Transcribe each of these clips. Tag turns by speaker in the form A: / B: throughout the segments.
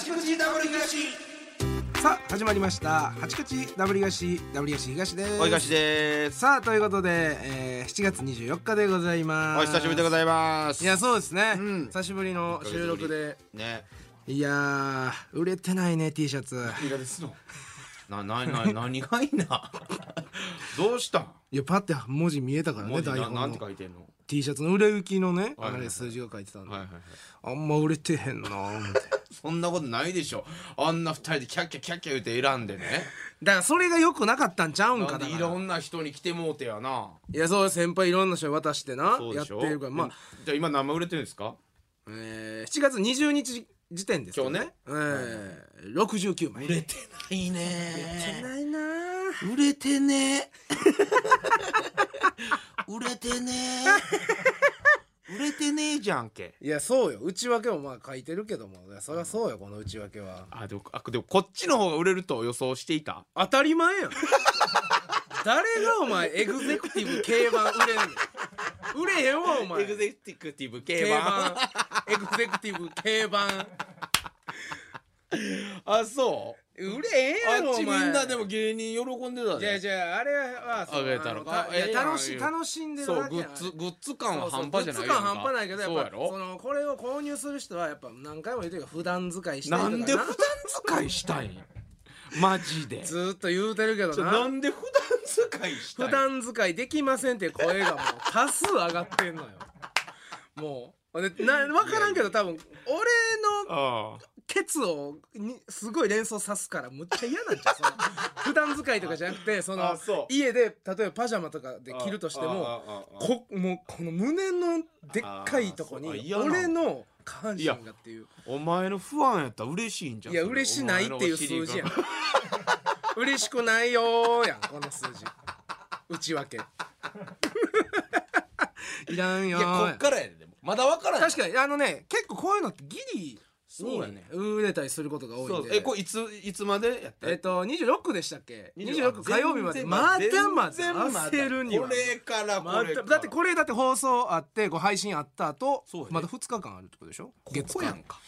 A: お
B: さあ始まりました八口ダブリガシダブリガシ東です
A: いがしです。
B: さあということで、えー、7月24日でございま
A: お
B: す
A: 久しぶりでご
B: い
A: ざいます。
B: やそうですね、
A: うん
B: 久しぶりの収録で
A: ね。
B: いやー売れてないね T シャツ
A: な、な、な、何がいい な。どうしたん。
B: いやパって文字見えたから
A: 文
B: ね
A: 字
B: 台
A: な、
B: 本の
A: なんて書いてんの。
B: T シャツの売れ行きのね、
A: はいはい
B: あれ数字が書いてたんで、
A: はいはいはい。
B: あんま売れてへんなー思って
A: そんなことないでしょあんな二人でキャッキャキャッキャ言って選んでね。
B: だからそれが良 くなかったんちゃうん
A: な
B: か
A: ん
B: だ
A: で
B: か
A: い
B: ら
A: ろんな人に来てもうてやな。
B: いやそう先輩いろんな人に渡してな
A: そう
B: やって
A: でしょ
B: るからまあ、。
A: じゃ、今何枚売れてるんですか。
B: えー、7月20日時点ですけど
A: 今日ね、
B: えー、69枚
A: てないね。
B: ないな
A: 売れてね 売れてね 売れてねえじゃんけ
B: いやそうよ内訳もまあ書いてるけどもいやそりゃそうよこの内訳は
A: あでもあでもこっちの方が売れると予想していた
B: 当たり前やん 誰がお前エグゼクティブ競馬売れんの売れへんわお前
A: ゼクティブ競
B: 競馬エグゼクティブ競馬
A: あそう
B: 売れへんやろ
A: あっち
B: お
A: み
B: 前
A: んなでも芸人喜んでた
B: じゃあ
A: ね
B: じゃああれはその
A: あげたのか
B: あのたいや
A: ええやん
B: 楽し楽しんでる
A: そう
B: だけ
A: グ
B: やん
A: ッズグッズ感
B: そう
A: は
B: そう
A: 半端じゃない
B: グッズ感半端ないけどやっ
A: そうや
B: ぱそ
A: ろ
B: のこれを購入する人はやっぱ何回も言うてるけど普段使いしてると
A: な
B: か
A: んで普段使いしたいんマジで
B: ずーっと言うてるけど
A: ちょ
B: な
A: なんで普段使いしたい
B: 普
A: ん
B: 段使いできませんっていう声がもう多数上がってんのよもうでな分からんけど多分俺の
A: ああ
B: ケツをにすごい連想さすからむっちゃ嫌なんじゃんその普段使いとかじゃなくてその
A: あそう
B: 家で例えばパジャマとかで着るとしても
A: ああああああ
B: こもうこの胸のでっかいとこ
A: あーそうあ
B: に
A: 嫌な
B: 俺の下半身がっていう
A: お前の不安やったら嬉しいんじゃん
B: いや
A: それ
B: 嬉しないっていう数字や ん嬉しくないよーやんこの数字内訳 いらん
A: お
B: よ
A: 前のお尻がい
B: ー
A: やこっからやででもまだわからん
B: 確かにあのね結構こういうのってギリ
A: そうや
B: に
A: ね
B: 売れたりすることが多
A: そ
B: いん
A: う
B: で
A: えこれいついつまでやった
B: えっと26でしたっけ26火曜日まで
A: 全然
B: まだまだ
A: 全然まだ
B: 焦るには
A: これからこ
B: ま
A: れ
B: だ
A: から
B: だってこれだって放送あってこう配信あった後
A: そうやね
B: まだ2日間あるってことでしょ
A: ここやん
B: 間
A: か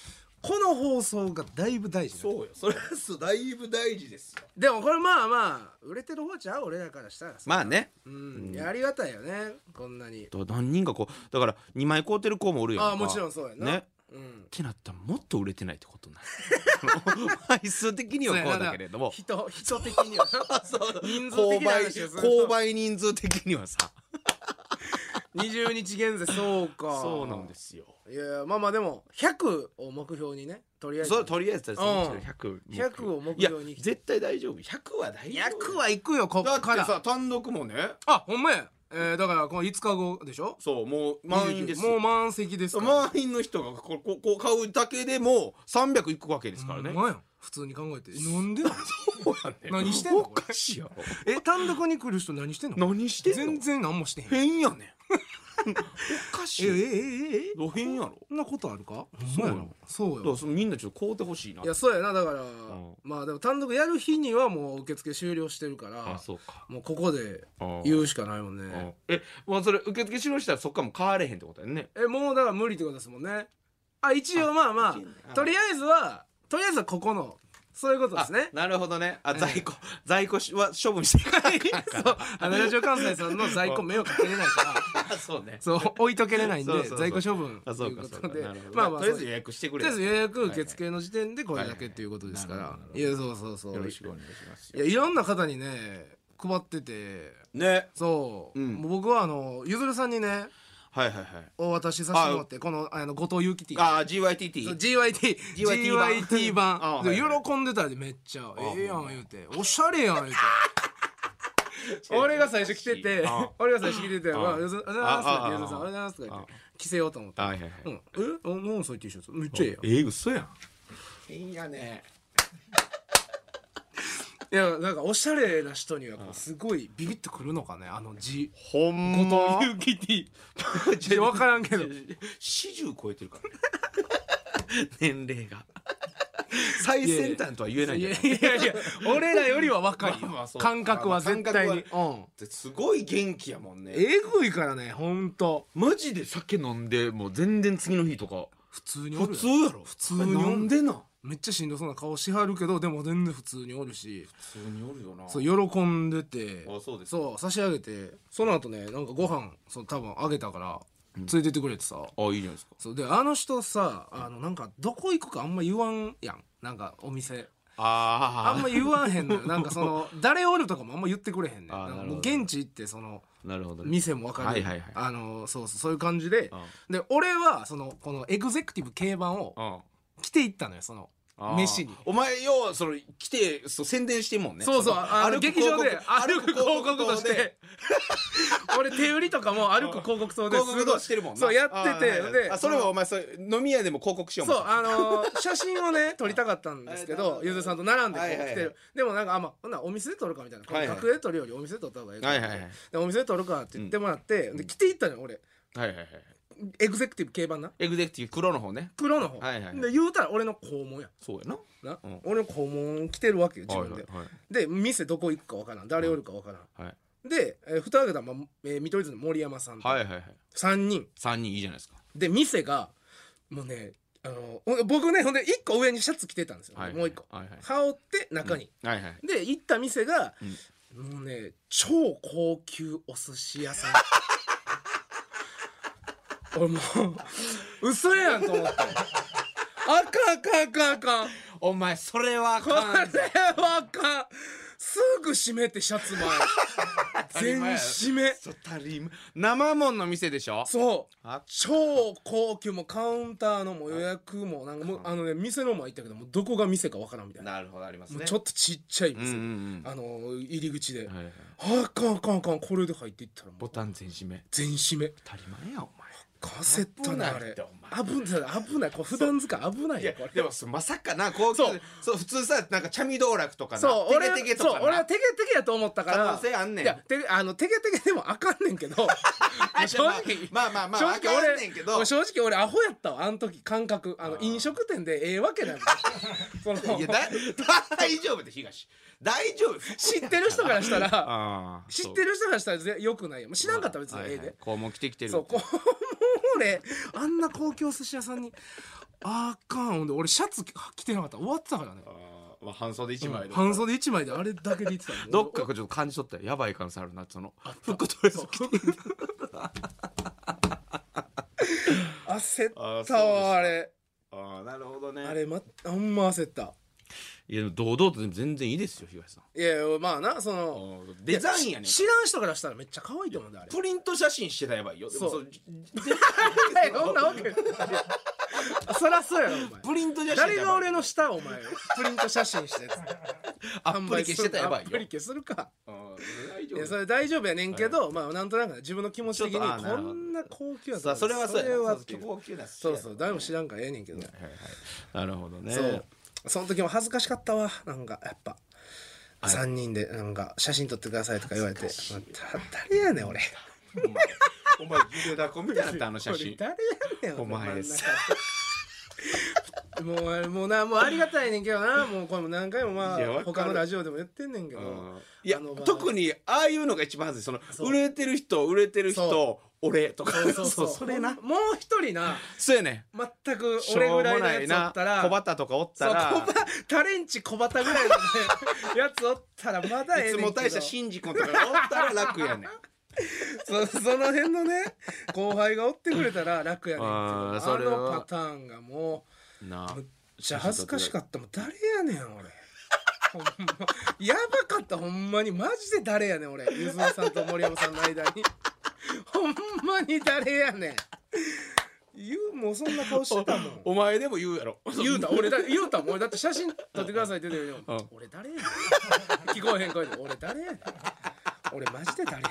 B: この放送がだいぶ大事なの
A: そうよそれはそうだいぶ大事ですよ
B: でもこれまあまあ売れてる方ちゃう俺らからしたらさ、
A: まあね
B: うん、いやありがたいよねこんなに
A: だから何人かこうだから2枚買うてる子もおるやんか
B: ああもちろんそうやな
A: ね
B: うん
A: ってなったらもっと売れてないってことになる 枚数的にはこうだけれども
B: そうやな人人的に は人数的
A: 購
B: な
A: 買
B: 話をすると
A: 購買人数的にはさ
B: 20日現在そうか
A: そうなんですよ
B: いやまあまあでも100を目標にねとりあえず
A: そうとりあえずだそのうちの100目標
B: 100を目標に
A: いや絶対大丈夫100は大丈夫
B: 100はいくよこっ
A: だっ
B: か
A: て
B: ら
A: さ単独もね
B: あほんまや、えー、だからこの5日後でしょ
A: そうもう満員です
B: も
A: よ
B: う満席ですから
A: 満員の人がこここう買うだけでもう300いくわけですからね
B: ほんまやん普通に考えてなんでなん
A: そうやね
B: 何してんの
A: おかしいやろ
B: え単独に来る人何してんの
A: 何してんの
B: 全然何もしてへん
A: 変やねんおかし
B: えええ
A: い
B: えええ
A: ど変やろ
B: そんなことあるかほん
A: そう
B: まやなそう
A: だか
B: よ
A: らそのみんなちょっと買うてほしいない
B: やそうやなだから、
A: ん
B: まあでも単独やる日にはもう受付終了してるから
A: あそうか
B: もうここで
A: うん
B: 言うしかないもん
A: うん
B: ね
A: えまあそれ受付終了したらそっからもう買われへんってことやね
B: えもうだから無理ってことですもんねあ一応まあまあ
A: あ
B: とりあえずはとりあえずはここのそういうことですね
A: あなるほどねあ在庫、在庫しは処分していかない
B: そ
A: か
B: うあのラジオ関西さんの在庫目をかけれないから
A: らそう ね
B: そう置いとけれないんで
A: そうそうそう
B: 在庫処分
A: あ
B: と
A: そ
B: いうう
A: か
B: こ
A: そう
B: と
A: か
B: で
A: なるほど
B: まあまあ
A: とりあえず
B: そう
A: 予約してく
B: と
A: れ
B: りあえず予約受
A: はい
B: 付の時点でこれだけっていうことです
A: はい
B: か
A: はいなる
B: ら
A: ほど
B: いやそうそうそう
A: はいよろしくお願いします
B: いやいろんな方にね配ってて
A: ね
B: そう、
A: うん
B: もう僕はあのゆずるさんにね
A: はいはいはい
B: お渡しさせてもらってこのあの後藤祐樹ティー
A: ああ GYTT
B: GYT
A: GYT 版
B: GYT 版
A: あ
B: で
A: はいはい
B: 喜んでたでめっちゃ「ええやん」言うて「おしゃれやん」言うて俺が最初来てて
A: あ
B: 俺が最初来てて「
A: あ
B: まあよろしくおはようございます」って「
A: あ
B: よろしくおはようございます」とか言って着せようと思って
A: あはいはいは
B: 「
A: い
B: うんえお何そういう T シャツめっちゃええよ」
A: ええ嘘やん
B: いいんやね。いやなんかおしゃれな人にはこうすごいビビッとくるのかねあの字
A: ほんま
B: 後
A: キテ
B: ちょ分からんけど
A: 四十超えてるからね 年齢が最先端とは言えない
B: い
A: じゃ
B: や
A: ないい
B: やいや俺らよりは若いよ、
A: まあまあそう
B: 感覚は絶対に、
A: まあ感
B: うん
A: すごい元気やもんね
B: えぐいからねほんと
A: マジで酒飲んでもう全然次の日とか
B: 普通にお
A: 普
B: るよ
A: 通やろ普
B: 通におる
A: なんでな
B: めっちゃしんどそうな顔しはるけどでも全然普通におるし
A: 普通におるよな
B: そう喜んでて
A: あそうです
B: そう差し上げてその後ねなんかご飯そう多分あげたから連れてってくれてさ、
A: あいいじゃないですか
B: そうであの人さあのなんかどこ行くかあんま言わんやんなんかお店あ
A: あ
B: んま言わんへんの よなんかその誰おるとかもあんま言ってくれへんねん
A: あー
B: なんか
A: なる
B: もう
A: ほど
B: 現地行ってその
A: なるほどね
B: 店も分かる、
A: はいはいはい
B: あのそうそうそういう感じで
A: あ
B: で俺はそのこのエグゼクティブ競馬を
A: うん
B: 着ていったのよその
A: あー
B: 飯に
A: お前ようその来てそう宣伝してんもんね
B: そうそう
A: の
B: あの
A: 歩く
B: 劇場で
A: 広告
B: 歩く広告とし
A: 広
B: て俺手売りとかも歩く広告塔です
A: 広
B: ごい
A: 告としてるもんな
B: そうやって
A: あーはいはい
B: てで
A: あそれはお前それ飲み屋でも広告しよう
B: そう
A: もん
B: あのー写真をね撮りたかったんですけ
A: あなる
B: ど
A: ほど
B: ゆずさんと並んでこう
A: はいはいはい
B: 来てるでもなんかあまあほんならお店で撮るかみたいなこ
A: は
B: の
A: いはい
B: 楽屋で撮るよりお店で撮った方がいい
A: はいはいはい
B: でお店で撮るかって言ってもらってで来ていったのよ俺
A: はいはいはい
B: エグゼクティブ競馬な
A: エグゼクティブ黒の方ね
B: 黒の方
A: はいはいはい
B: で言うたら俺の肛門や
A: そうやな
B: な
A: うん
B: 俺の肛門来てるわけよ自分で
A: はいはい
B: で店どこ行くかわからん誰おるかわからん
A: はい
B: でえー蓋開けたらまあえー見取り図の森山さんと
A: はいはいはい
B: 3人
A: 3人いいじゃないですか
B: で店がもうねあのお僕ねほんで1個上にシャツ着てたんですよ
A: はいはい
B: もう1個
A: はいはい
B: 羽織って中に
A: はいはい
B: で行った店が、もうね超高級お寿司屋さん 俺もう嘘やんと思ってあかんあかんあかんあかん
A: お前それはあ
B: これはあかんすぐ閉めてシャツ 前全閉め
A: そうたり前生もんの店でしょ
B: そう
A: あ
B: 超高級もうカウンターのもう予約もなんかもうあのね店の前行ったけどもうどこが店かわからんみたいな
A: なるほどあります
B: もう
A: ね
B: ちょっとちっちゃい
A: うんうん
B: 店、
A: うん
B: あの入り口で、
A: はいはい
B: あかんあかんあかんこれで入っていったらもう
A: ボタン全閉め
B: 全閉め
A: 当たり前やお前
B: カセットなあ
A: 危ない
B: れ
A: って
B: 危ない危ないこれ普段使い危ない
A: い
B: よ
A: や
B: これ
A: でもそまさかな高級
B: そう
A: そう普通さなんかチャミ道楽とかな
B: そう俺は
A: テケテケと
B: そう
A: か
B: 俺は
A: な
B: テケテケやと思ったから
A: 可能性あんねん
B: いやテケあのテケテケでもあかんねんけど正直
A: まあまあまあ
B: 正
A: ま
B: 直
A: ああか
B: 俺
A: んねんけど
B: 正直俺アホやったわあの時感覚あの飲食店でええわけないその
A: いやだ大丈夫で東大丈夫
B: 知ってる人からしたら
A: あ
B: 知ってる人からしたらぜよくないよ知らんかったら別にええで
A: こうも来てきてる
B: そうこうもう俺あんな公共寿司屋さんにあかんほんで俺シャツ着てなかったら終わってたからね
A: あーまあ半袖一枚で
B: 半袖一枚であれだけで言ってたもん
A: どっかちょっと感じ取ったよやばい可能性あるなその服トレス着て
B: 焦った
A: あ
B: わ
A: ーそうですか
B: あれ
A: ああなるほどね
B: あれまあんま焦った
A: いやでも堂々とでも全然いいですよ東さん
B: いやまあなその
A: デザインやねん
B: し知らん人からしたらめっちゃ可愛いと思うんだ よあれ
A: プリント写真してたらやばいよでも
B: そ
A: そうう
B: いやそんなわけないあ そらそうやろお
A: プ
B: 前
A: リント写真
B: 誰が俺
A: の
B: の下をお前プリント写真して
A: アップリケしてたらやば い
B: アップ
A: よ
B: リケするか
A: あー大
B: い
A: 丈
B: や
A: 夫
B: それ大丈夫やねんけど、まあなんとなく自分の気持ち的に
A: ちょっとあーなる
B: こ
A: ほど
B: んな高級や
A: さあそれはそうやな
B: それは
A: そう高級な
B: そうそう誰も知らんからええねんけど、
A: なるほどね
B: そうその時も恥ずかしかったわなんかやっぱ、3人でなんか写真撮ってくださいとか言われてまあ誰やねん俺
A: お前お前ビデオダコみたいになったあの写
B: 俺
A: 真
B: 誰やねん
A: お前
B: 俺真ん中でもうもうなもうありがたいねんけど なもうこれも何回もま
A: いやわ
B: あ
A: かる
B: 他のラジオでも言ってんねんけど
A: いや
B: あのまあ
A: 特にああいうのが一番恥ずいその売れてる人売れてる人
B: そ
A: 俺とか
B: そうそうそう
A: それな
B: もうもう一人な
A: そうやね
B: 全く
A: しょ
B: 俺
A: うも
B: ぐらいの
A: な
B: や
A: い
B: つお
A: な
B: ったら
A: 小畑とかおった
B: そう
A: ら
B: 小バタレンチ小畑 ぐらいのねやつおったらまだええねん
A: いつ
B: けど
A: も大したシンジ君とかがおったら楽やねん
B: そ その辺のね後輩がおってくれたら楽やねんけど
A: あー
B: あ
A: それは
B: のパターンがも
A: なあ
B: うむっちゃ恥ずかしかったもん誰やねん俺 ほんまやばかったほんまにマジで誰やねん俺ゆずおさんと森山さんの間 にほんまに誰やねん言うもうそんな顔してたもん
A: お前でも言うやろ
B: 言うた俺だ言うたもん俺だって写真撮ってくださいって言うてるよ、俺誰やねん聞こえへん声で俺誰やねん俺マジで誰や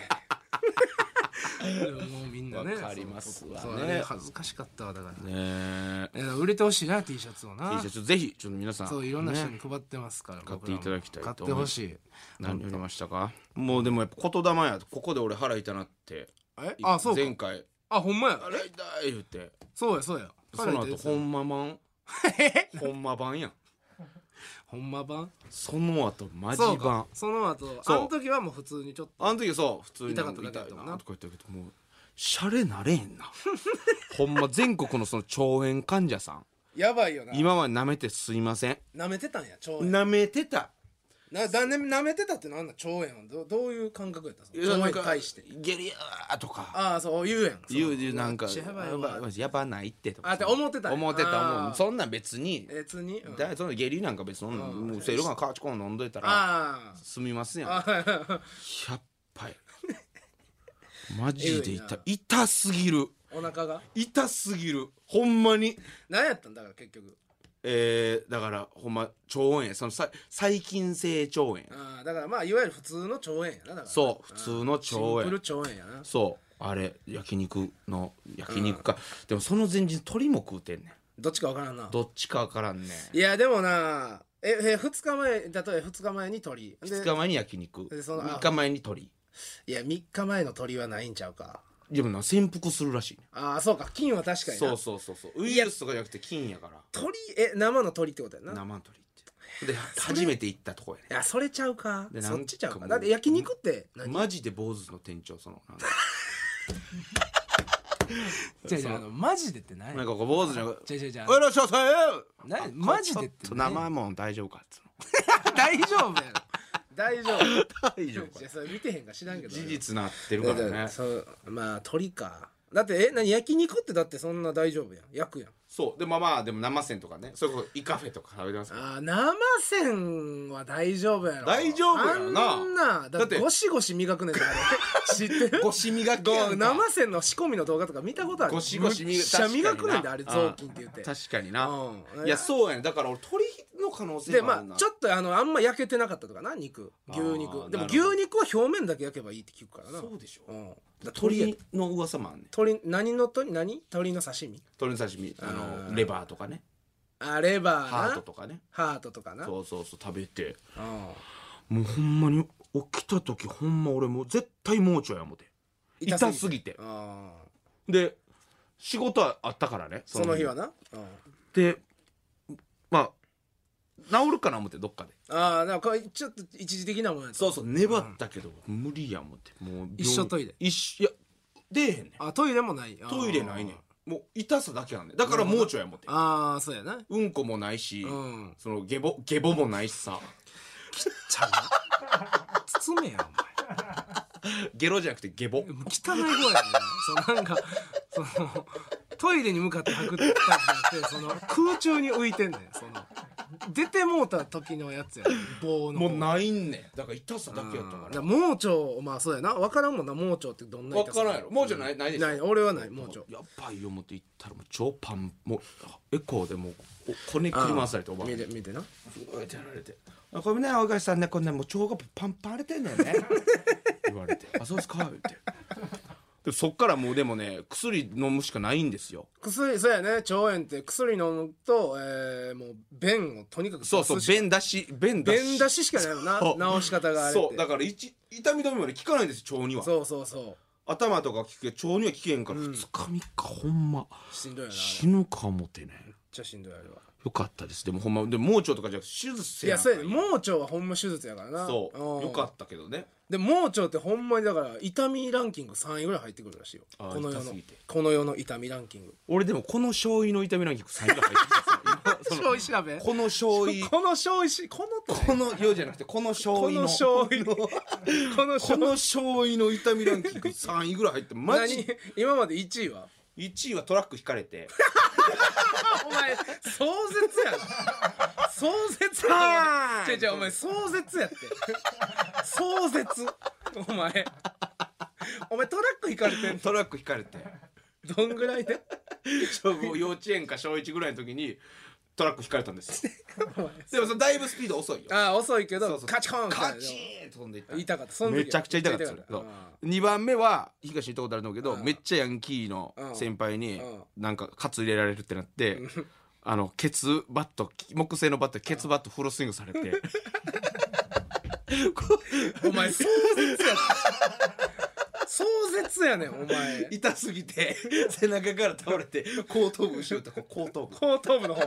B: ねんもうみんなね
A: わかりますわね
B: そうそうあれ恥ずかしかったわだから、
A: ねえ
B: えー売れてほしいな T シャツをな
A: T シャツぜひちょっと皆さん
B: そういろんな人
A: ね
B: に配ってますから、
A: 買っていただきたいと
B: 買
A: 思い
B: っ
A: ます
B: てほしい
A: 何よりましたかもうでもやっぱ言霊やここで俺腹痛なって
B: えあそうか
A: 前回
B: あほんまや
A: 腹痛い言って
B: そうやそうや
A: その後ほ
B: ほん
A: んま まんほんま版やん
B: ほんま版
A: その後マジ
B: そう
A: 版
B: かその後
A: そう
B: あの時はもう普通にちょっと
A: あの時そう普通に
B: 痛かっただけだった
A: 痛
B: も
A: い
B: ん
A: な
B: な
A: とか言ったけどもうシャレなれへん なほんま全国のその腸炎患者さん
B: やばいよな
A: 今まで舐めてすいません
B: 舐めてたんや腸炎
A: 舐めてた
B: なだね舐めてたってなんだ腸炎はどどういう感覚やったその腸炎に対して
A: ゲリアーとか
B: ああそう言うやん
A: 言う言うなんか
B: やばい
A: や
B: や
A: ば
B: ば
A: い
B: い
A: やばないってとか
B: あって思ってたんや
A: 思ってた
B: あ
A: 思
B: ー
A: うそんなん別に
B: 別に、うん、
A: だその下痢なんか別にそんな
B: うん
A: もうセイロガンカーチコン飲んどいたら
B: あ
A: 済みますやん
B: あ
A: 100
B: あ
A: 杯マ
B: え
A: ジで
B: ぐい
A: 痛
B: ない
A: 痛すぎる
B: お腹が
A: 痛すぎるほんまに
B: 何やったんだから結局
A: えー、だからほんま腸炎そのさ細菌性腸炎
B: ああだからまあいわゆる普通の腸炎やなだから
A: そう普通の腸炎
B: シンプル腸炎やな
A: そうあれ焼肉の焼肉か、でもその前日鶏も食うてんね
B: どっちかわからんなん
A: どっちかわからんねん
B: いやでもなええ2日前例えば2日前に鳥で
A: 2日前に焼肉
B: でそのあ
A: 3日前に鶏
B: いや3日前の鳥はないんちゃうか
A: でもな潜伏するらしいね
B: ああそうか菌は確かにな
A: そうそうそうそうウイルスとかじゃなくて菌やから
B: 鳥え生の鳥ってことやな
A: 生鶏ってで初めて行ったとこやね
B: いやそれちゃうか
A: で
B: そっちちゃう
A: なんかも
B: か
A: う
B: だって焼肉って何
A: マジで坊主の店長そのなんか
B: 違う違うあのマジでって何
A: なんかこう坊主の
B: 違う違う違う
A: おいらっしゃいませ
B: な
A: あ
B: マジでって
A: ちょと 生もん大丈夫かっつうの
B: 大丈夫やろ 大丈夫
A: 大丈夫
B: いやそれ見てへんか知らんけど
A: 事実なってるから
B: だから
A: ね
B: そうまあ鳥かだってえ何焼肉ってだってそんな大丈夫やん焼くやん
A: そうでもまあでも生鮮とかねそれこそイカフェとか食べてますから
B: あー生鮮は大丈夫やろ
A: 大丈夫やろな
B: あんなだ
A: だっ
B: っててゴシゴシ磨くねんだから知ってる
A: ゴシ磨きやんか
B: ご生鮮の仕込みの動画とか見たことある
A: ゴシゴシ
B: むっちゃ磨くねんであれ
A: 確か
B: 雑巾
A: にな
B: って言って
A: 確かにな、
B: うん
A: いやそうやねだから俺鳥の可能性
B: で
A: もあ
B: ま
A: るな
B: あちょっとあのあんま焼けてなかったとかな肉
A: あ
B: 牛
A: ー
B: 肉で
A: なる
B: も
A: ほ
B: 牛
A: ど
B: 肉は表面だけ焼けばいいって聞くからな
A: そうでしょ
B: うん、だ鳥や
A: 鳥の噂もあんねん
B: 鳥何の鳥何鳥の刺身
A: 鳥の刺身あの
B: うん
A: レバーとかね
B: あレバーな
A: ハートとかね
B: ハートとかな
A: そうそうそう食べて
B: うん
A: もうほんまに起きた時ほんま俺もう絶対盲腸や思て痛すぎて
B: うん
A: で仕事はあったからね
B: その日はな、うん、
A: でまあ治るかな思ってどっかで
B: ああだからこれちょっと一時的なもんやと
A: そうそう粘ったけど、無理や思ってもう病院
B: 一緒トイレ
A: 一緒いや出えへんねん
B: あトイレもない
A: トイレないね
B: あ
A: んもう痛さだけあんねんだから盲腸や思って
B: ーあーそうやな
A: うんこもないし、
B: うん
A: その下ボ下ボもないしさ
B: ちゃうな包めや
A: ゲロじゃなくて下ボ
B: お前汚い声やねそうなんかそのトイレに向かって吐くってタイプじゃなくてその空中に浮いてんねんその出てもうた時のやつやねん棒の
A: も
B: 方
A: うないんねんだから痛さだけやった
B: うんだか
A: か
B: らら盲腸まあそうやな分からんもんな盲腸ってどんな
A: 分
B: 痛さ
A: からんやろ盲腸ないないでしょ
B: ない俺はない盲腸
A: やばいよ思って行ったらもう超パンもうエコーでもうおこねくり回されておばあ
B: 見て見てな
A: うってやられて「あごめんね青菓さんねこんなもう腸がパンパン荒れてん だよね」言われて「あそうですか」言ってでそっからもうでもね薬飲むしかないんですよ
B: 薬そうやね腸炎って薬飲むと、えー、もう便をとにかく
A: そうそう
B: 出すし
A: 便出し便出し
B: 便出ししかないよな治し方があれって
A: そうだから一痛み止めまで効かないんですよ腸には
B: そうそうそう
A: 頭とか効くけど腸には効けんから2日3日ほんま
B: しんどいよなあれめっ
A: 死ぬか思ってね
B: ちゃしんどいあれは
A: よかったですでもほんまでも盲腸とかじゃなくて手術せ
B: いや
A: ん
B: そうや
A: か
B: ね
A: ら
B: 盲腸はほんま手術やからな
A: そうよかったたけどね
B: で盲腸ってほんまにだから痛みランキング3位ぐらい入ってくるらしいよ
A: あー
B: この世
A: 痛す
B: の
A: ぎて
B: この世の痛みランキング
A: 俺でもこの醤油の痛みランキング3位が入ってきた
B: 醤油調べ
A: この醤油
B: この醤油しこの
A: このよじゃなくてこの醤
B: こ
A: 油
B: の
A: の
B: 醤油のこの
A: こ
B: 醤
A: の
B: 油
A: 醤油の痛みランキング3位ぐらい入ってマ
B: 何
A: ジ
B: 今まで1位は
A: 1位はトラック引かれて
B: お前壮絶やな壮絶
A: は
B: や
A: ーい
B: 違う違うお前壮絶やって壮絶お前お前トラック行かれてん
A: トラック引かれて
B: のどんぐらいで
A: ちょもう幼稚園か小1ぐらいの時にトラック引かれたんですよでもそのだいぶスピード遅いよ
B: ああ遅いけど
A: そうそう
B: カチコーンみたい
A: カ
B: な
A: チーンと飛んでいった
B: 痛かったその時は
A: めちゃくちゃ痛かったですよ
B: めちゃ
A: そ
B: 痛か
A: う2番目は東に行ったことあるんだけどめっちゃヤンキーの先輩に
B: う
A: なんかカツ入れられるってなってあのケツバット木製のバットケツバットフルスイングされてこ
B: うんお前壮絶やった壮絶やねんお前
A: う 痛すぎて 背中から倒れて後頭部後ろとこ う後頭部
B: 後頭部の方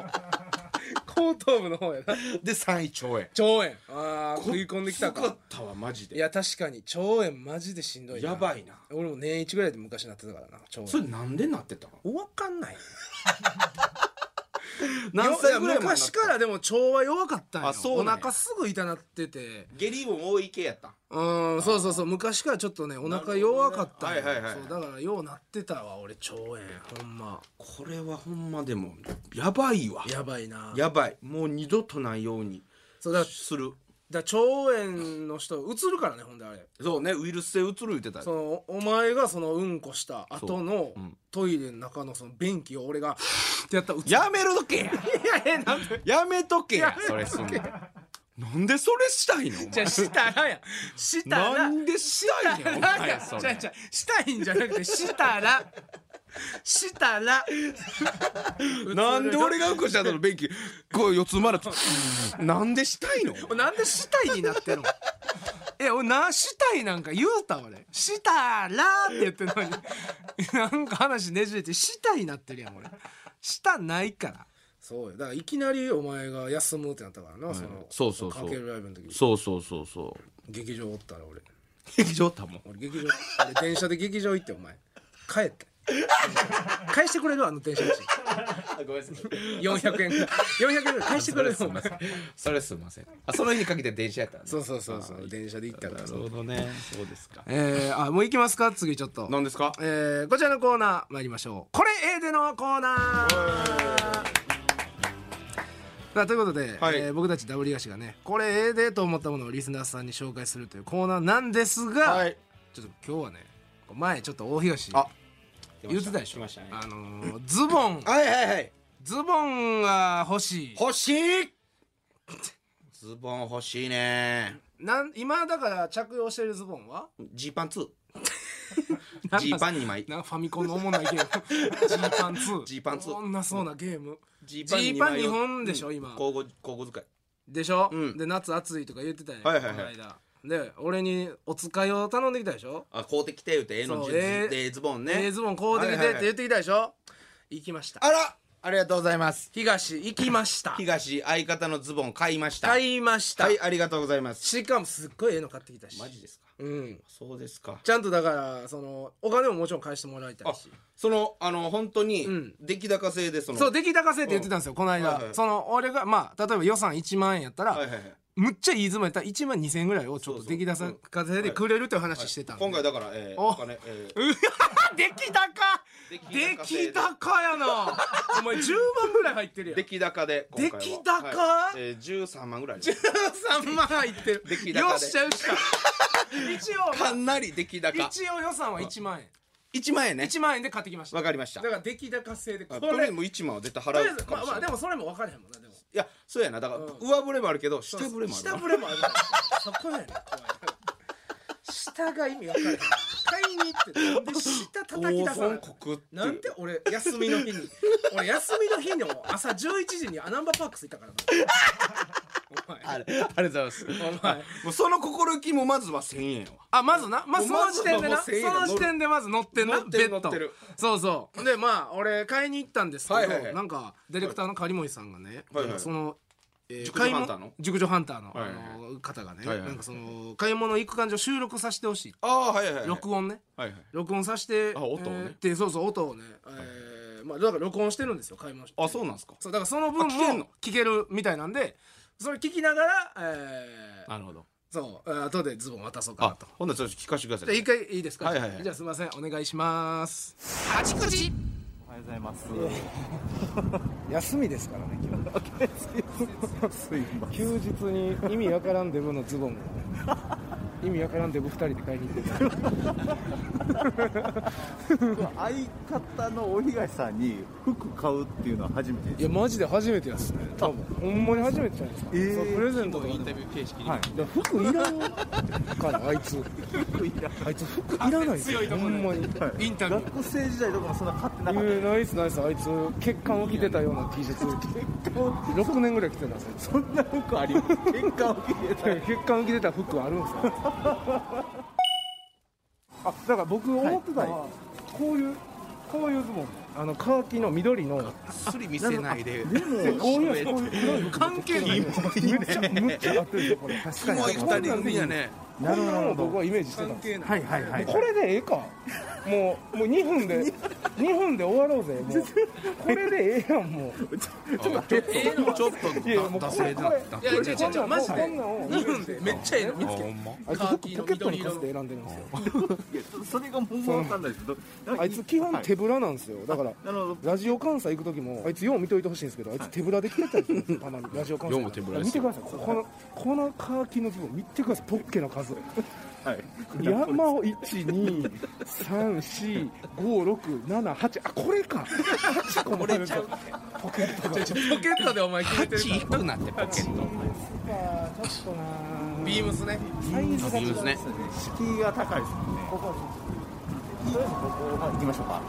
B: 後頭部の方やな
A: で3位腸炎
B: 腸炎ああ食い込んできた
A: すご
B: か
A: ったわマジ
B: い
A: で
B: や確かに腸炎マジでしんどいな
A: やばいな
B: 俺も年一ぐらいで昔なってたからな腸
A: そ
B: 炎
A: れなんでなってたの
B: わかんない
A: 何歳ぐらい前になった
B: 昔からでも腸は弱かったんよ
A: あそう
B: お
A: なんや
B: 腹すぐ痛なってて
A: 下痢も多い系やった
B: うんそうそうそう昔からちょっとねお腹弱かったんよ
A: なるほどねはいはいはい
B: そうだからようなってたわ俺腸炎ほんま
A: これはほんまでもやばいわ
B: やばいな
A: やばいもう二度とないように
B: そうだ
A: する
B: だから腸炎の人うつるからねほんであれ
A: そうねウイルス性うつる言ってた
B: そのお前がそのうんこした後の
A: ん
B: トイレの中のその便器を俺がってやったらうつる
A: やめろ とけや
B: いやいやなんで
A: やめとけや
B: やめ
A: それすんのなんでそれしたいのお
B: じゃ
A: 前
B: あしたらやしたら
A: なんでしたいのお
B: なん
A: 前
B: か
A: そ
B: じゃあ
A: れ
B: じゃあしたいんじゃなくてしたらしたら
A: なんで俺がうんこした後の便器こう四つ生まれてなんでしたいの
B: なんで死体になってるの え、俺な、死体なんか言うた俺。死体らーって言ってるのに。 なんか話ねじれて死体になってるやん俺。舌ないから。そうよ。だからいきなりお前が休むってなったからな、その。
A: そうそうそう
B: かけるライブの時
A: そうそうそうそう
B: 劇場おったら俺。
A: 劇場たもん
B: 俺劇場、俺電車で劇場行ってお前。帰って。返してくれるあの電車賃。
A: ごめんなさい
B: 400円ぐらい。400円ぐらい返してく れるお前。
A: それすいませんあその日にかけて電車やったん
B: そうそうそうそう。電車で行ったから。
A: ほどねそうですか
B: えー、あ、もう行きますか次ちょっと。
A: 何ですか
B: えーこちらのコーナー参りましょうこれ A でのコーナーさあということで、
A: はい
B: えー僕たちダブリガシがねこれ A でと思ったものをリスナーさんに紹介するというコーナーなんですが、
A: はい
B: ちょっと今日はね前ちょっと大東
A: あ
B: 言ってたでし
A: 来
B: ょ、
A: ましたね
B: あのーズボン
A: はいはいはい
B: ズボンが欲しい
A: 欲しいズボン欲しいね
B: なん今だから着用してるズボンは
A: ジーパン2ジーパン2枚
B: なんかファミコンのおもんないゲ ームジーパン2
A: G パンツー
B: おもんなそうなゲーム
A: ジ
B: ーパン二枚を
A: 二
B: うん
A: 交互交互使い
B: でしょ、
A: うん
B: で夏暑いとか言ってたやん、
A: はいはいはい
B: この間で俺にお使いを頼んできたでしょ
A: あ買うてきて言うてええの
B: そう
A: じ
B: ええ
A: ええズボ
B: 「
A: ン
B: ええ
A: ね
B: ズボン買うてきて」って言ってきたでしょ、行きました
A: あらありがとうございます
B: 東行きました
A: 東相方のズボン買いました
B: 買いました、
A: はいありがとうございます
B: しかもすっごいええの買ってきたし
A: マジですか
B: うん
A: そうですか
B: ちゃんとだからそのお金ももちろん返してもらいたいし
A: そのあの本当に
B: うん
A: 出来高制でその
B: そう出来高制って言ってたんですよ、この間、
A: はいはい
B: その俺がまあ例えば予算1万円やったら、
A: はいはいはい
B: むっちゃいいズボンやったら1万2000円ぐらいをちょっ
A: そう
B: と
A: そう
B: 出来高制でくれるという話してたんで、
A: 今回だからえー
B: お
A: お金えー
B: うわ出来高出
A: 出
B: 来
A: 来
B: 高やなお前10万ぐらい入ってるやん
A: 出来高で今回は
B: 出来高
A: はいえー13万ぐらいです
B: 13万入ってる
A: 出来高で
B: よっしゃよっしゃ一
A: か
B: 応
A: なり出来高
B: 一応予算は1万円
A: 1万円ね
B: 1万円で買ってきました
A: わ
B: だ
A: かりました
B: から出来高制でことれ
A: り
B: と
A: あ
B: り
A: えずもう1万は絶対払
B: あえ
A: う
B: ず
A: か
B: ま
A: も
B: あま
A: しれな
B: あ
A: い
B: でもそれも分からへんもんなでも
A: いやそうやなだから
B: うん
A: 上振れもあるけど下振れもある
B: 下
A: わ
B: 振れもあるわそこやねん怖い下が意味分からへん買いに行ってなんで下叩き出さない
A: 黄金国っていう
B: なんで俺休みの 日に俺休みの日にも朝11時にアナンバパークスいたからなお前
A: あれありがとうございます
B: お前
A: もうその心意気もまずは1000円は
B: あまずなまあその時点でな
A: もうま
B: そ
A: ずはもう
B: の時点でまず乗ってんな
A: 乗ってる
B: ベッド
A: 乗ってる
B: そうそうでまあ俺買いに行ったんですけど、
A: はいはいはい
B: なんかディレクターの狩森さんがね、
A: はいはい
B: なんかその、えー
A: 熟女ハンターの
B: 買い物熟女ハンターの,、
A: はいはい
B: あの方がね、
A: はいはい
B: なんかその買い物行く感じを収録させてほしい、
A: ああはいはいはい
B: 録音ね
A: はいはい
B: 録音させて
A: あ音をね
B: えーってそうそう音をね、えーまあ、だから録音してるんですよ買い物して
A: あそうなんですか
B: そうだからその分
A: あ聞けん
B: も
A: の
B: 聞けるみたいなんでそれ聞きながら、えー
A: なるほど
B: そうあ後でズボン渡そうかな
A: あ
B: と。
A: ほんならちょっと聞かせてくださ
B: じゃあ
A: い
B: 一回いいですか、
A: はいはいはい
B: じゃあすみませんお願いしますあちこち
C: おはようございます。
B: 休みですからね今 日休日に意味わからんデブのズボンが意味わからんで僕二人で買いに行ってた
C: 相方のお東さんに服買うっていうのは初めてです
B: いやマジで初めてですね多分ほんまに初めてじゃないですか、
C: えー
B: そのプレゼントとか
A: イ
B: で
A: ン
B: も
A: タビュー形式に、
C: はい
B: いや服いらん からあいつあいつ服いらないですよ
A: 強いとこ
B: ほ
A: ね
B: んまに
A: インタビュー
C: 学生時代とかもそんな買ってなかっ
B: 言うナイスナイスあいつ血管を着てたような T シャツ6年ぐらい着てたんですよ
C: たそんな服あります結果を聞いてた
B: 血管浮き出た服あるんですよ あだから僕思ってたのは、こういうこういうズボンあのカーキの緑の
A: すり見せないで
C: で も
B: こういうこういう黒い服
A: 関係ないも
B: めっちゃめっちゃ合ってるんですよこれ確
A: う二人組やね
B: こんなのを
C: ど
B: 僕はイメージしてたんです係ない
C: はいはいはい
B: これでええかもうもう2分 で2分で終わろうぜもうこれでええやんもう
A: ちょっとちょっ
B: いやいやもう
A: と
B: こ
A: 惰
B: れ
A: 性
B: こ
A: だ
B: れ
A: った
B: これ
A: いや違う違う
B: こんなん
A: マジで
B: こんなんを
A: 2分でめっちゃええの見つけ
D: ほんま
B: あいつ服ポケットに数で選んでるんですよ
C: いやそれがもう分かんないですけどなんか
B: あいつ基本手ぶらなんですよだから
C: なるほど
B: ラジオ関西行く時もあいつよう見といてほしいんですけどあいつ手ぶらで来てたりするんですよたまにラジオ関西
D: ようも手ぶらで
B: 見
D: す
B: て
D: よ
B: くださいここのこのカーキのズボン見てくださいポッケの数
C: はい
B: 山を1234567あこれか8個もあるかポケットが
A: ポケットでお前決めてるからなってポケット
B: ちょっとなー
A: ビームスね
B: サイズが
A: ビームスね
C: 敷居が高いですもんねこことりあえずここまで行きましょうか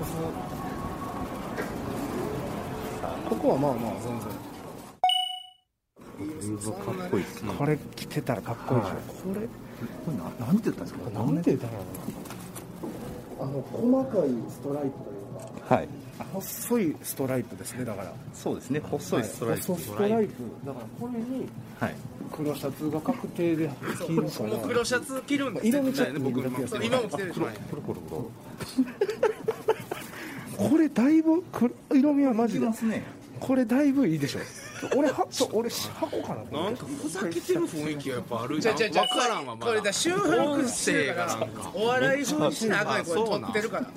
B: ここはまあまあ全然
C: かっこいいですね
B: これ着てたらかっこいいでしょ、これ
C: これななんて言ったんですか
B: なんて言ったらあの細かいストライプというか
C: はい
B: 細いストライプですねだから
C: そうですね細いストライプ
B: 細ストライプだからこれに
C: はい
B: 黒シャツが確定で着るか
A: もう
B: ら
A: 黒シャツ着るんで
B: 色味ちょっと見
A: 僕
B: るだ
A: 今
B: けやけど
A: 今も着てるでしょ
C: コロコロコロ
B: これだいぶ黒色味はマジで
C: ますね
B: これだいぶいいでしょ俺はちょ俺箱かなこれ
A: なんかふざけてる雰囲気がやっぱある
B: じ
A: じ
B: ゃ
A: ゃ
B: あ
A: ん
B: じゃ
A: 分
B: あじゃあ
A: からんわま
B: これだ
A: だ
B: 収
A: 音
B: 録して
A: 声
B: る
A: が
B: か
A: な
B: ら
A: んか
B: お笑い風にしなあかんよこれ
A: あそう
B: 撮
A: なん
B: ってるから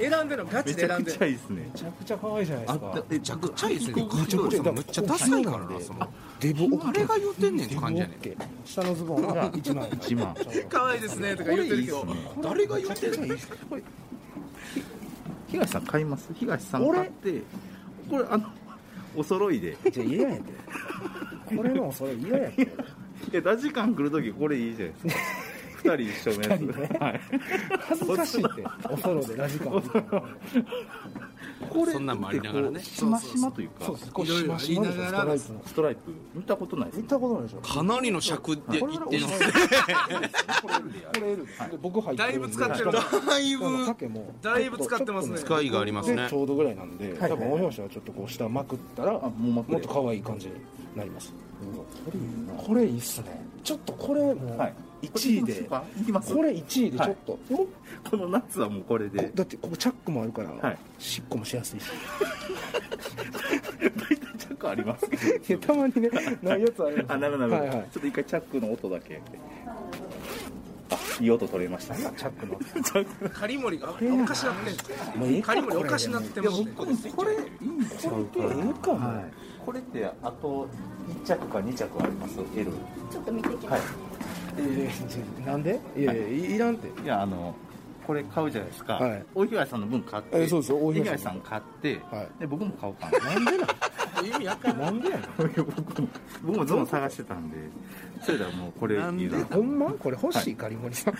B: 選んでるのガチ
C: め
B: で
C: ち
B: 選
C: ゃ
B: ん
C: く
B: でる
C: ちゃいいですね
B: めちゃくちゃ可愛いじゃないですか
A: めちゃくちゃいいですねガチ
B: これ
A: めっちゃダサいからなその
B: デブオ
A: あれが言ってんねんって感じやねん
B: ケ下のズボンが1万円
C: 一万
A: 可愛いですねとか言ってるけど誰が言ってんねん
C: これ東さん買います東さん買ってこれあのお揃いで
B: じゃあ嫌やでこれのそれ嫌やで
C: いやラジカン来る時これいいじゃないです か二人一緒のやつ、はい
B: 恥ずかしいっておそろでラジカン見たの
C: これ
A: そんなんもありながらね
C: こうしましまというか
B: そうですこう
A: いろい
B: し
A: ろ
B: ましまですストライプの
C: ストライプ見たことないです
B: 見たことないでしょ
A: かなりの尺で言ってますね
B: これ L ですで僕入って
A: だ
B: る
A: い
B: んで
A: ぶ使ってるだいぶ
B: 丈も
A: だいぶ使ってま
B: ち
A: すね
B: ょっと
A: 使いがありますね
B: でちょうどぐらいなんで、
C: はい
B: 多分お表紙はちょっとこう下まくったら
C: あもうまくれ
B: もっと可愛い感じになりますこれいいっすねちょっとこれもう
C: はい
B: 1位で、
C: これいきます
B: これ1位でちょっと、もう
C: この夏はもうこれで
B: だってここチャックもあるから、
C: はい
B: しっこもしや すいし
C: 大体チャックありますけ
B: いや
C: ど
B: たまにねないやつあるんです
C: あなるなる、
B: はいはい
C: ちょっと一回チャックの音だけあいい音取れました
B: チャック の
A: 狩森がおかしなって
B: もうええ
A: ん
B: か
A: 狩森おかしなってますね
C: これこれいいんちゃう
B: こ
C: か
B: れでいいかも
C: い、これってあと1着か2着あります L
E: ちょっと見てきます。
C: はい
B: いやいやなんでいやいやいいらんって
C: いやあのこれ買うじゃないですか、
B: はい
C: 大東さんの分買って
B: えそうですよ大東さ
C: さ
B: ん
C: ん買って、
B: はい
C: で僕も買おうかななんでな
A: 意味わかんない
B: なんでやねん
C: 僕も僕もズボン探してたんでそれではもうこれいい
A: なんで
C: な
B: ほんまこれ欲しい、ガリモリさん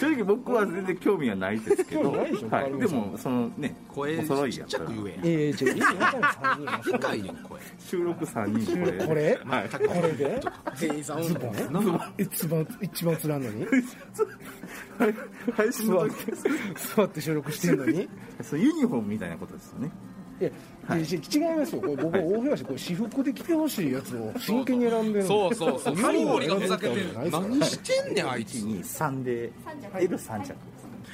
C: 正直僕は全然興味はないですけ
B: 興
C: ど
B: 味ないでしょ
C: は
B: カ
C: い、
B: ル
C: で
B: マさん
C: もそのね
A: 声
C: お揃い
A: ち
C: や
A: っちゃ
C: か
A: く
C: ら
A: 言
B: い
A: え
B: やいやちょいやわかんない3人は
A: やでかいねん声
C: 収録3人これ
B: これ、
C: はい
B: これで
A: 店員さん
B: ズボン一番一番つらんのに
C: 配信
B: 座っ
C: の時
B: て座って収録してんのにい
C: そのユニフォームみたいなことですよね
B: や、いや違いますよこれ僕は大東これ私服で着てほしいやつを真剣に選んでる
A: そうそうそう
B: ユニフォーム
A: 狩森がふざけて
B: 選んでる
A: る
B: わけ
A: 何してんねんあいつ
C: 123で L3 着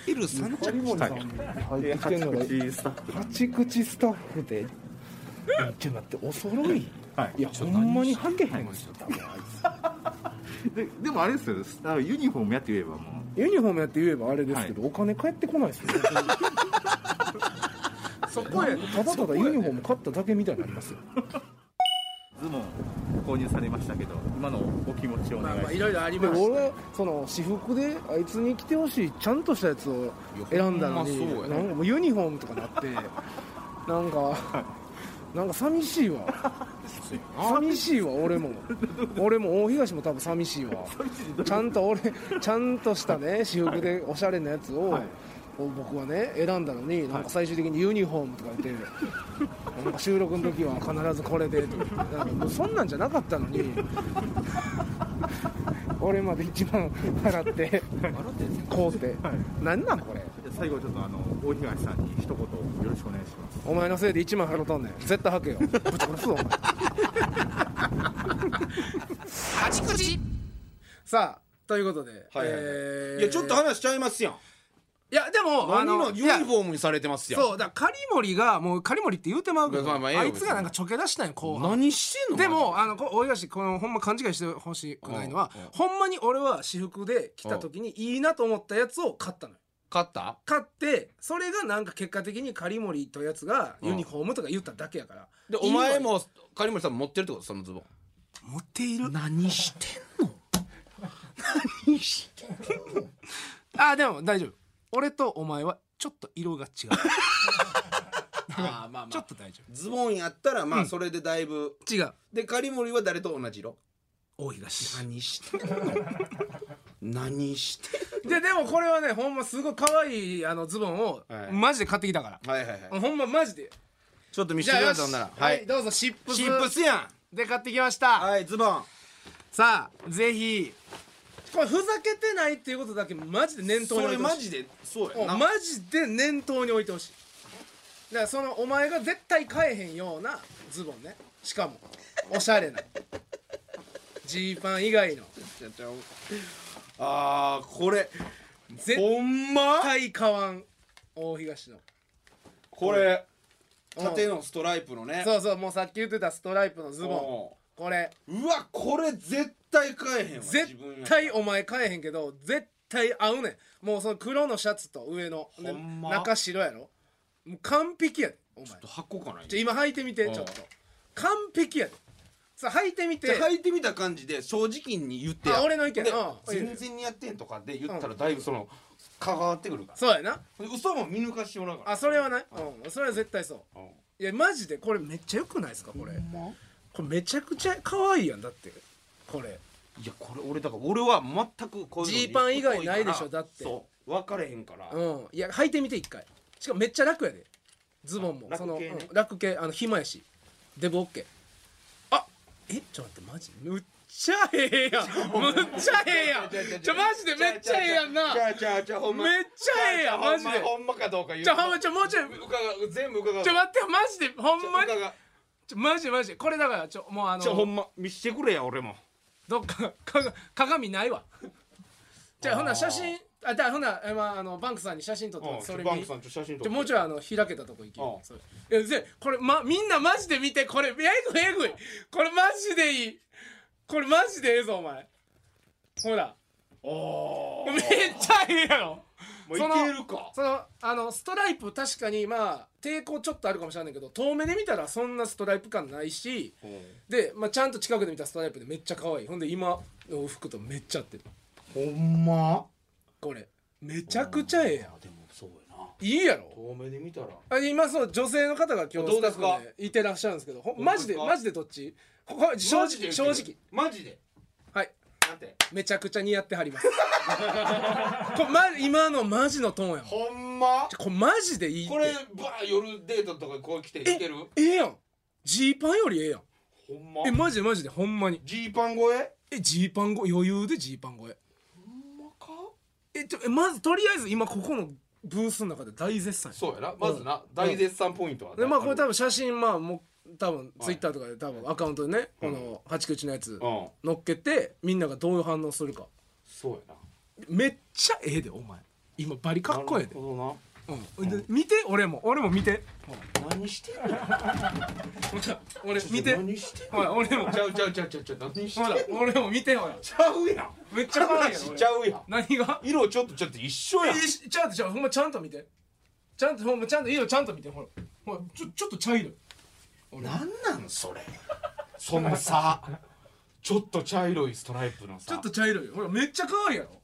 A: ヒル3
B: カリ
A: 着
B: モリさん入って
C: で
B: きてんのが
C: 8口スタッフなん
B: 八
C: で
B: 口スタッフでちょっと待ってお揃い
C: はい
B: いやほんまにはけへん
C: ででもあれですよだからユニフォームやって言えばも
B: ユニフォームやって言えばあれですけど、お金返ってこないですよ
A: そこや
B: ただただユニフォーム買っただけみたいになりますよ
C: うズボン購入されましたけど今のお気持ちをお
B: まあ
C: 願いし
B: ま
C: ま
B: あ
C: す
B: いろいろあり
D: で
B: ました
D: 俺その私服であいつに着てほしいちゃんとしたやつを選んだの
A: いや
D: に
A: ほんまそうやね
D: なんかもうユニフォームとかなってなんかなんか寂しいわ寂しいわ俺も俺も大東も多分寂しいわちゃんと俺ちゃんとしたね私服でおしゃれなやつを、
C: はい
D: こう僕はね選んだのになんか最終的にユニフォームとか言って、なんか収録の時は必ずこれでとかなんかもうそんなんじゃなかったのに俺まで1万払って買うて何なんこれ
C: じゃあ最後ちょっとあの大東さんに一言よろしくお願いします
D: お前のせいで1万払うとんねん絶対吐けよぶち殺すぞお前
B: さあということで、
A: はいはいはい
B: えー
A: いやちょっと話しちゃいますやん
B: いやでも
A: 何のユニ
B: ォーム
A: フォームにされてますやん
B: そうだから狩森がもう狩森って言うてまうけど、
A: まあまあええよ
B: あいつがなんかちょけ出したんよ後半
A: 何してんの
B: でもあのこ大東このほんま勘違いしてほしくないのは
A: うんうん
B: ほんまに俺は私服で来た時にいいなと思ったやつを買ったのよ
A: 勝った
B: 買ってそれがなんか結果的に狩森とやつがユニフォームとか言っただけやから
A: でお前も狩森さんも持ってるってことそのズボン
B: 持っている
A: 何してんの
B: あでも大丈夫俺とお前はちょっと色が違う
A: あーまあまあ
B: ちょっと大丈
A: ズボンやったらまあそれでだいぶ、
B: 夫違う
A: で狩森は誰と同じ色
B: 大東
A: 何してんの何して
B: ででもこれはねほんますごい可愛いあのズボンを、
A: はい
B: マジで買ってきたか
A: んのはいはいは
B: らほんまマジで
A: ちょっと見
B: じ
A: せ
B: ゃ
A: て
B: あ
A: く
B: よ
A: だ
B: し、
A: さいほんなら
B: はい、どうぞシップス
A: シップスやん
B: で買ってきました、
A: はいズボン
B: さあぜひこれふざけてないっていうことだけマジで念頭
A: そ
B: に置
A: れ
B: いてほ
A: マ
B: しい
A: ジでそう
B: も
A: や
B: う
A: な、
B: マジで念頭に置いてほしいだからそのお前が絶対買えへんようなズボンねしかもおしゃれなジーパン以外の
A: あーこれ
B: 絶
A: ほんま
B: 対買わん大東の
A: これ
B: うん
A: 縦のストライプのね
B: そうそうもうさっき言ってたストライプのズボンこれ
A: うんうわこれ絶対買えへんわ
B: 絶対お前買えへんけど絶対合うねんもうその黒のシャツと上の、で
A: ほんま
B: 中白やろもう完璧やでお前ちょ
A: 箱かない
B: 今履いてみて
A: ん
B: ちょっと完璧やでさあ履いてみて
A: 履いてみた感じで正直に言ってや
B: あ俺の意見
A: で
B: うん
A: 全然似合ってんとかで言ったらだいぶその関わってくるか
B: そうやな
A: ら嘘も見抜かしてもらうから
B: あそれはない、うん、それは絶対そう
A: うん
B: いやマジでこれめっちゃ良くないですかこれ、これめちゃくちゃ可愛いやんだってこれ
A: いやこれ俺だから俺は全くこういうのに
B: ジーパン以外ないでしょ
A: 疎いから
B: だって
A: そう分かれへんから
B: うんいや履いてみて一回しかもめっちゃ楽やでズボンも
A: あ
B: その
A: 楽系ね
B: うん楽系あの暇やしデブオッケーあえちょっと待ってマジむっちゃええやんむっちゃええやんちょマジでめっちゃええやんな
A: じゃあじゃあじゃあほんま
B: めっちゃええやん
A: じゃあ
B: マジ
A: じゃ
B: で
A: あほんまほんまかどうか言う
B: ちょほんまちょもうちょい
A: 伺う全部伺う
B: ちょ待ってよマジでほんまに
A: ちょ伺う
B: ちょマジでマジでこれだからちょもうあの
A: ちょほんま見してくれや俺も
B: どっかかが鏡ない わじゃあほな写真あだからほなえまああのバンクさんに写真撮ってもらっ
A: うん
B: てそれ
A: バン
B: 見
A: クさんちょ写真撮
B: じゃあもうちょいあの開けたとこ行き
A: うん
B: それいやぜこれまみんなマジで見てこれえぐいえぐいこれマジでいいこれマジでええぞお前ほらおめっちゃええやろ
A: もういけるか
B: そのあのストライプ確かにまあ抵抗ちょっとあるかもしれないけど遠目で見たらそんなストライプ感ないしで、まあ、ちゃんと近くで見たストライプでめっちゃ可愛いほんで今の服とめっちゃ合ってる
A: ほんま
B: これめちゃくちゃええやん
A: でもそうやない
B: いやろ
A: 遠目で見たら
B: あ今そう女性の方が今日
A: ど
B: スタ
A: うで
B: ッ
A: す
B: フ
A: か
B: でいてらっしゃるんですけどほ
A: どうで
B: マ
A: すか
B: ジでマジでどっちここ正直正直
A: マジで
B: はい
A: なんて
B: めちゃくちゃ似合ってはります これ、ま、今のマジのトーンやもん
A: ほんま
B: これマジでいいって
A: これバー夜デートとかこう来ていける
B: ええやんジーパンよりええやん
A: ほんま
B: えマジでマジでほんまに
A: ジーパン超え
B: えジーパン語余裕でジーパン語ええちょえまずとりあえず今ここのブースの中で大絶賛や
A: そうやなまずな、大絶賛ポイントは、
B: でまあこれ多
A: 分
B: 分写真まあもう多分ツイッターとかで多分アカウントでね、この八口のやつ
A: うん
B: 乗っけてみんながどういう反応するか
A: そうや
B: めっちゃええでお前今バリか
A: な
B: っこええ
A: なるほ
B: で,、うん、で見て俺も俺も見て
A: どな何してんの
B: 俺見て
A: 何してんの
B: ほら俺も
A: ちゃうちゃうちゃうちゃうちゃう何してん
B: ほら
A: の
B: 俺も見てほら
A: ちゃうやん
B: めっちゃ可愛いやろ
A: 話
B: 俺
A: ちゃうやん
B: 何が
A: 色ちょっとちょっと一緒やん
B: えしちゃんとちゃんとほんまちゃんと見てちゃんとほんまちゃんと色ちゃんと見てほらほらちょちょっと茶色い
A: なんなんそれその差ちょっと茶色いストライプのさ
B: ちょっと茶色いよほらめっちゃ可愛いやろ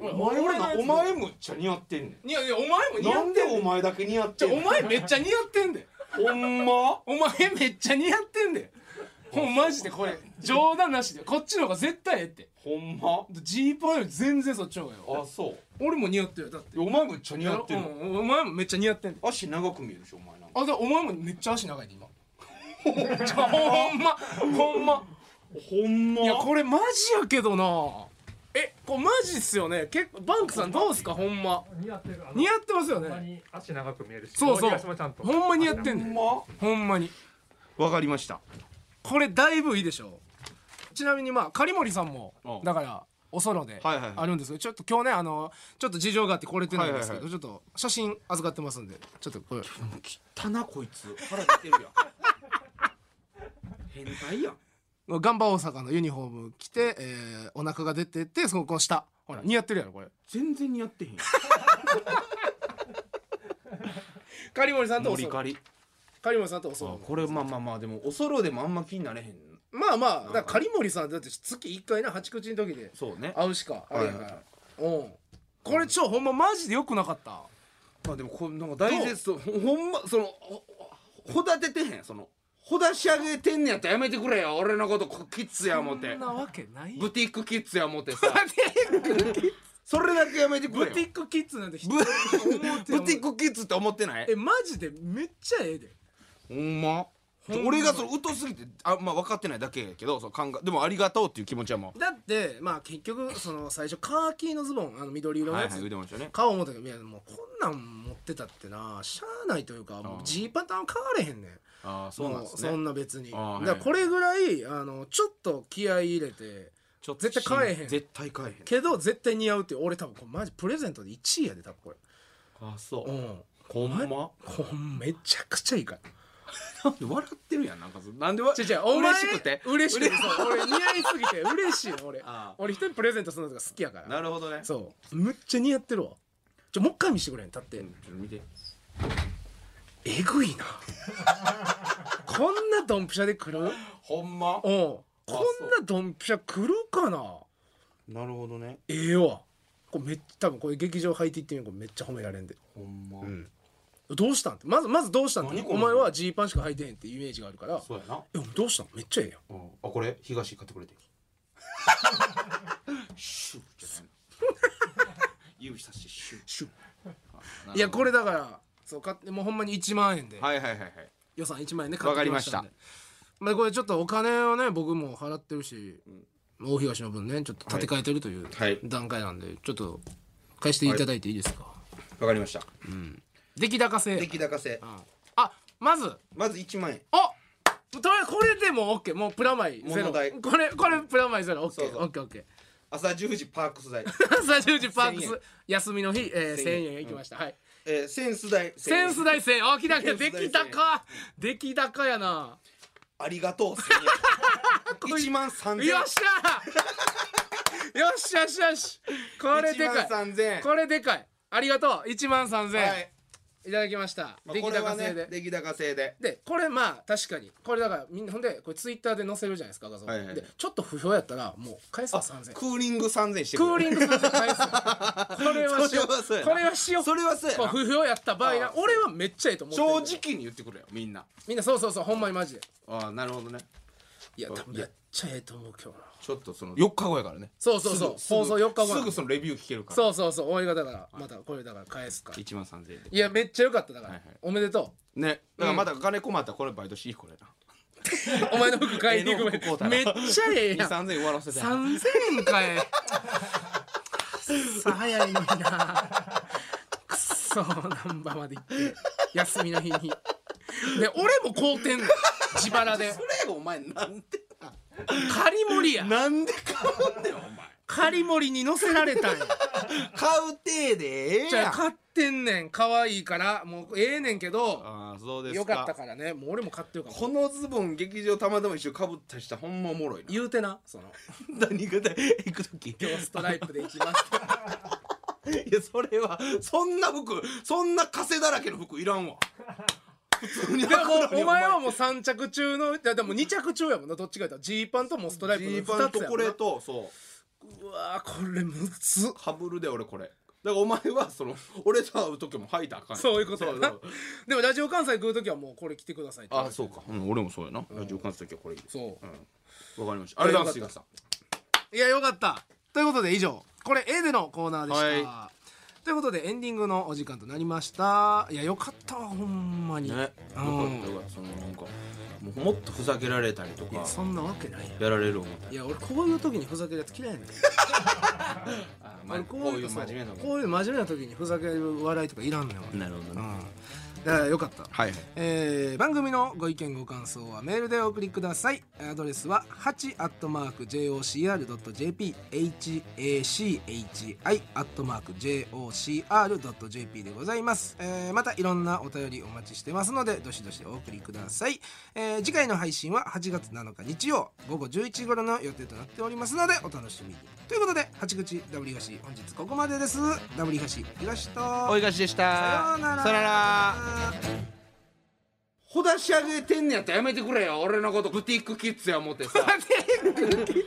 A: お前
B: 俺のやつ
A: お前むっちゃ似合ってんね
B: いやいやお前も
A: ん
B: 似合
A: な
B: っ
A: ん
B: て
A: で
B: んね
A: お前だけ似合っ
B: ち
A: て
B: ょ
A: んね
B: お
A: ん
B: 前めっちゃ似合ってんで
A: ほんま
B: お前めっちゃ似合ってんでほんまマジでこれ冗談なしでこっちの方が絶対ええって
A: ほんま
B: ジーパンより全然そっちの方がよ
A: あそう
B: 俺も似合ってるよだって
A: お前むっちゃ似合ってる
B: うんお前もめっちゃ似合ってんで
A: 足長く見えるしお前なんか
B: あだからお前もめっちゃ足長いで今 ちょほんまほんま
A: ほんま
B: いやこれマジやけどなえこれマジっすよね結構バンクさんどうっすかほんま
C: 似合ってるあの
B: 似合ってますよ
C: ほんま
B: ね
C: に足長く見えるし
B: そうそう
C: 東もちゃんと
B: ほんまに似合ってんねん
A: ほんま
B: ほんまに
A: わかりました
B: これだいぶいいでしょちなみにまあ狩森さんも
A: うん
B: だからおソロで
A: はいはいはい
B: あるんですけどちょっと今日ねあのちょっと事情があって来れてないんですけ
A: はい
B: どちょっと写真預かってますんでちょっとこれ
A: 汚なこいつ腹出てるやん変態やん
B: ガンバ大阪のユニフォーム着てえーお腹が出ててそのこの下ほら似合ってるやろこれ
A: 全然似合ってへんやん
B: 狩森さんとお
A: モ
B: ソ
A: リ
B: ロ
A: カリ
B: 狩森さんとおソ
A: あ
B: ロ
A: これまあまあまあでもおそろでもあんま気になれへん
B: まあまあだから狩森さんだって月1回な八口の時で
A: そうね
B: 会うしかあれやか
A: はい
B: らうんこれちょほんまマジでよくなかった
A: まあでもこれなんか大絶賛ほほんまそのほほだててへんそのほだし上げてんねやったらやめてくれよ俺のことこキッズや思て
B: そんなわけない
A: ブティックキッズや思てさ それだけやめてく
B: ブ
A: れよ
B: ティックキッズなんて人
A: ブ
B: ブ
A: ブティックキッズって思ってない
B: えマジでめっちゃええで
A: ほんま
B: ほんま
A: 俺がその疎すぎてあんまあ分かってないだけやけどその感覚でもありがとうっていう気持ちはもう
B: だってまあ結局その最初カーキーのズボンあの緑色の
A: は
B: や
A: い
B: つ、
A: はい言うてましたね
B: 顔思ったけどいやもうこんなん持ってたってなしゃあないというかもうジーパンとあんま変われへんねん
A: ああそうなんですね
B: もうそんな別にだ
A: あ
B: か
A: ーはい
B: らこれぐらいあのちょっと気合い入れて
A: ちょっと
B: 絶対買えへん
A: 絶対買えへん
B: けど絶対似合うっていう俺多分これマジプレゼントで1位やで多分こ
A: あそ
B: れう
A: うんほんま
B: こんめちゃくちゃいいから
A: なんで笑ってるやんなんかそなんでわ
B: 違う違う
A: 嬉しくて
B: お前嬉しくてそう俺似合いすぎて嬉しいの俺
A: あ
B: 俺人にプレゼントするのとか好きやから
A: なるほどね
B: そうむっちゃ似合ってるわちょもう一回見してくれん立って
A: うんちょっと見て
B: えぐ いなこんなドンピシャで来るうん
A: ほんま
B: こんなドンピシャ来るかな
A: なるほどね
B: ええわこれめっ多分これ劇場履いていってみようこれめっちゃ褒められんで
A: ほんま
B: どうしたんってまずまずどうしたんって
A: 何こ
B: お
A: の
B: 前はジーパンしか履いてへんっていうイメージがあるから
A: そうやな
B: えどうしたんめっちゃええやん
A: うんあこれ東買ってくれてシュッじゃ ないの指さしてシュッ
B: シュッいやこれだからそう買ってもうほんまに1万円で、
A: はいはいはいはい
B: 予算1万円で買
A: わ
B: って
A: かり
B: き
A: ま
B: ま
A: し
B: したたんでまあこれちょっとお金をね僕も払ってるし、大東の分ねちょっと立て替えてるという
A: はい
B: 段階なんで、ちょっと返していただいていいですか、
A: わかりました
B: 出来高制
A: 出来高制
B: あまず
A: まず1万円
B: あとりあえずこれでもう OK もうプラマイゼロ
A: 物代
B: これこれプラマイゼロ
A: そうそう
B: OKOKOK
A: 朝10時パークス代
B: 最終時パーク
A: 1000円
B: ス休みの日、えー、
A: 1000円
B: 1000円いきました、はい
A: えーセンス代
B: センス大戦あきだけ
A: セ
B: 出
A: ンス大
B: 来
A: 戦
B: 高出来高やな
A: ありがとう1万3000円
B: よっしゃよしよしよしこれでか
A: 1万
B: い
A: 3000円
B: これでかいありがとう1万3000円、
A: はいい、
B: ただきました、
A: まあ
B: 出
A: こ
B: 来
A: れ
B: 高
A: は
B: 制
A: ね
B: で、
A: 出来高制で
B: でこれまあ確かにこれだからみんなほんでこれツイッターで載せるじゃないですか画像、
A: はいはい
B: でちょっと不評やったらもう返すわ3000円
A: クーリング3000して
B: クー
A: く
B: リ
A: れ
B: ングする返すわこれはしよう
A: それはそうやな
B: これはしよう
A: それはそうやな
B: まあ不評やった場合
A: あ
B: な
A: あ
B: 俺はめっちゃええと思ってる
A: 正直に言ってくれよみんな
B: みんなそうそうそうほんまにマジで
A: ああなるほどね
B: いや多分
A: い
B: め
A: や
B: っちゃええと思う今日な
A: ちょっとその4日後やからね
B: そうそうそう
A: すぐ
B: 放送4日後
A: すぐそのレビュー聞けるから
B: そうそうそう大井がだからまたこれだから返すから
A: 1万3000円で
B: いやめっちゃよかっただから、
A: はいはい
B: おめでと
A: ねだからまだ金困ったらこれバイトしいいこれな
B: うお前の服買いに行く
A: ええの服買うた
B: め
A: ら
B: めっちゃええやん
A: 23000円終わらせて
B: 3000円かえさ早いのになくっそ難波まで行って休みの日にで俺も買うてんの自腹で
A: れお前なんで
B: 仮盛りや
A: なんで買うんだよお前
B: 仮盛りに乗せられたんや
A: 買うてえでええ
B: じゃ
A: や
B: あ
A: ん
B: 買ってんねん可愛いからもうええねんけど
A: ああそうです
B: よかったからねもう俺も買ってるから
A: このズボン劇場たまたま一緒かぶったりしたらほんまおもろいな
B: 言うてなその
A: 何がだ行く時
B: 今日ストライプで行きます
A: いやそれはそんな服そんな枷だらけの服いらんわに
B: でもお前はもう3着中のいやでも2着中やもんなどっちかやったらジーパンともうストライプの
A: ジ
B: 2
A: ーパン
B: つ
A: と
B: や
A: こ
B: もん
A: れ
B: な
A: とそう
B: うわーこれむずっ
A: かぶるで俺これだからお前はその俺と会う時も吐いたらあかんよ
B: そういうことやな
A: そうそう
B: でもラジオ関西来るときはもうこれ着てくださいって
A: あそうか、うん、俺もそうやな、ラジオ関西の時はこれいいです
B: そう
A: わかりましたありがとうございます
B: いやよかったということで以上これ A でのコーナーでした、
A: は
B: ということでエンディングのお時間となりましたいやよかったわほんまに、
A: 井さんねよかったよかったそのなんかもうもっとふざけられたりと
B: い
A: か
B: やそんなわけないやん
A: やられる思った
B: いや俺こういう時にふざけるやつ嫌いやねん
A: あ、
B: 俺
A: こういう真面目な
B: そうこういう真面目な時にふざける笑いとかいらんのよ俺
A: なるほ
B: う
A: どね、
B: んだからよかった
A: はい
B: えー番組のご意見ご感想はメールでお送りくださいアドレスは 8-jocr.jp hachi-jocr.jp でございます、えーまたいろんなお便りお待ちしてますのでどしどしお送りください、えー次回の配信は8月7日日曜午後11時頃の予定となっておりますのでお楽しみにということで八口ダブリガシ本日ここまでですダブリガシ東と
A: 追い返しでした
B: さようなら
A: さよならほだし上げてんねやったらやめてくれよ俺のことブティックキッズや思ってさ
B: 待って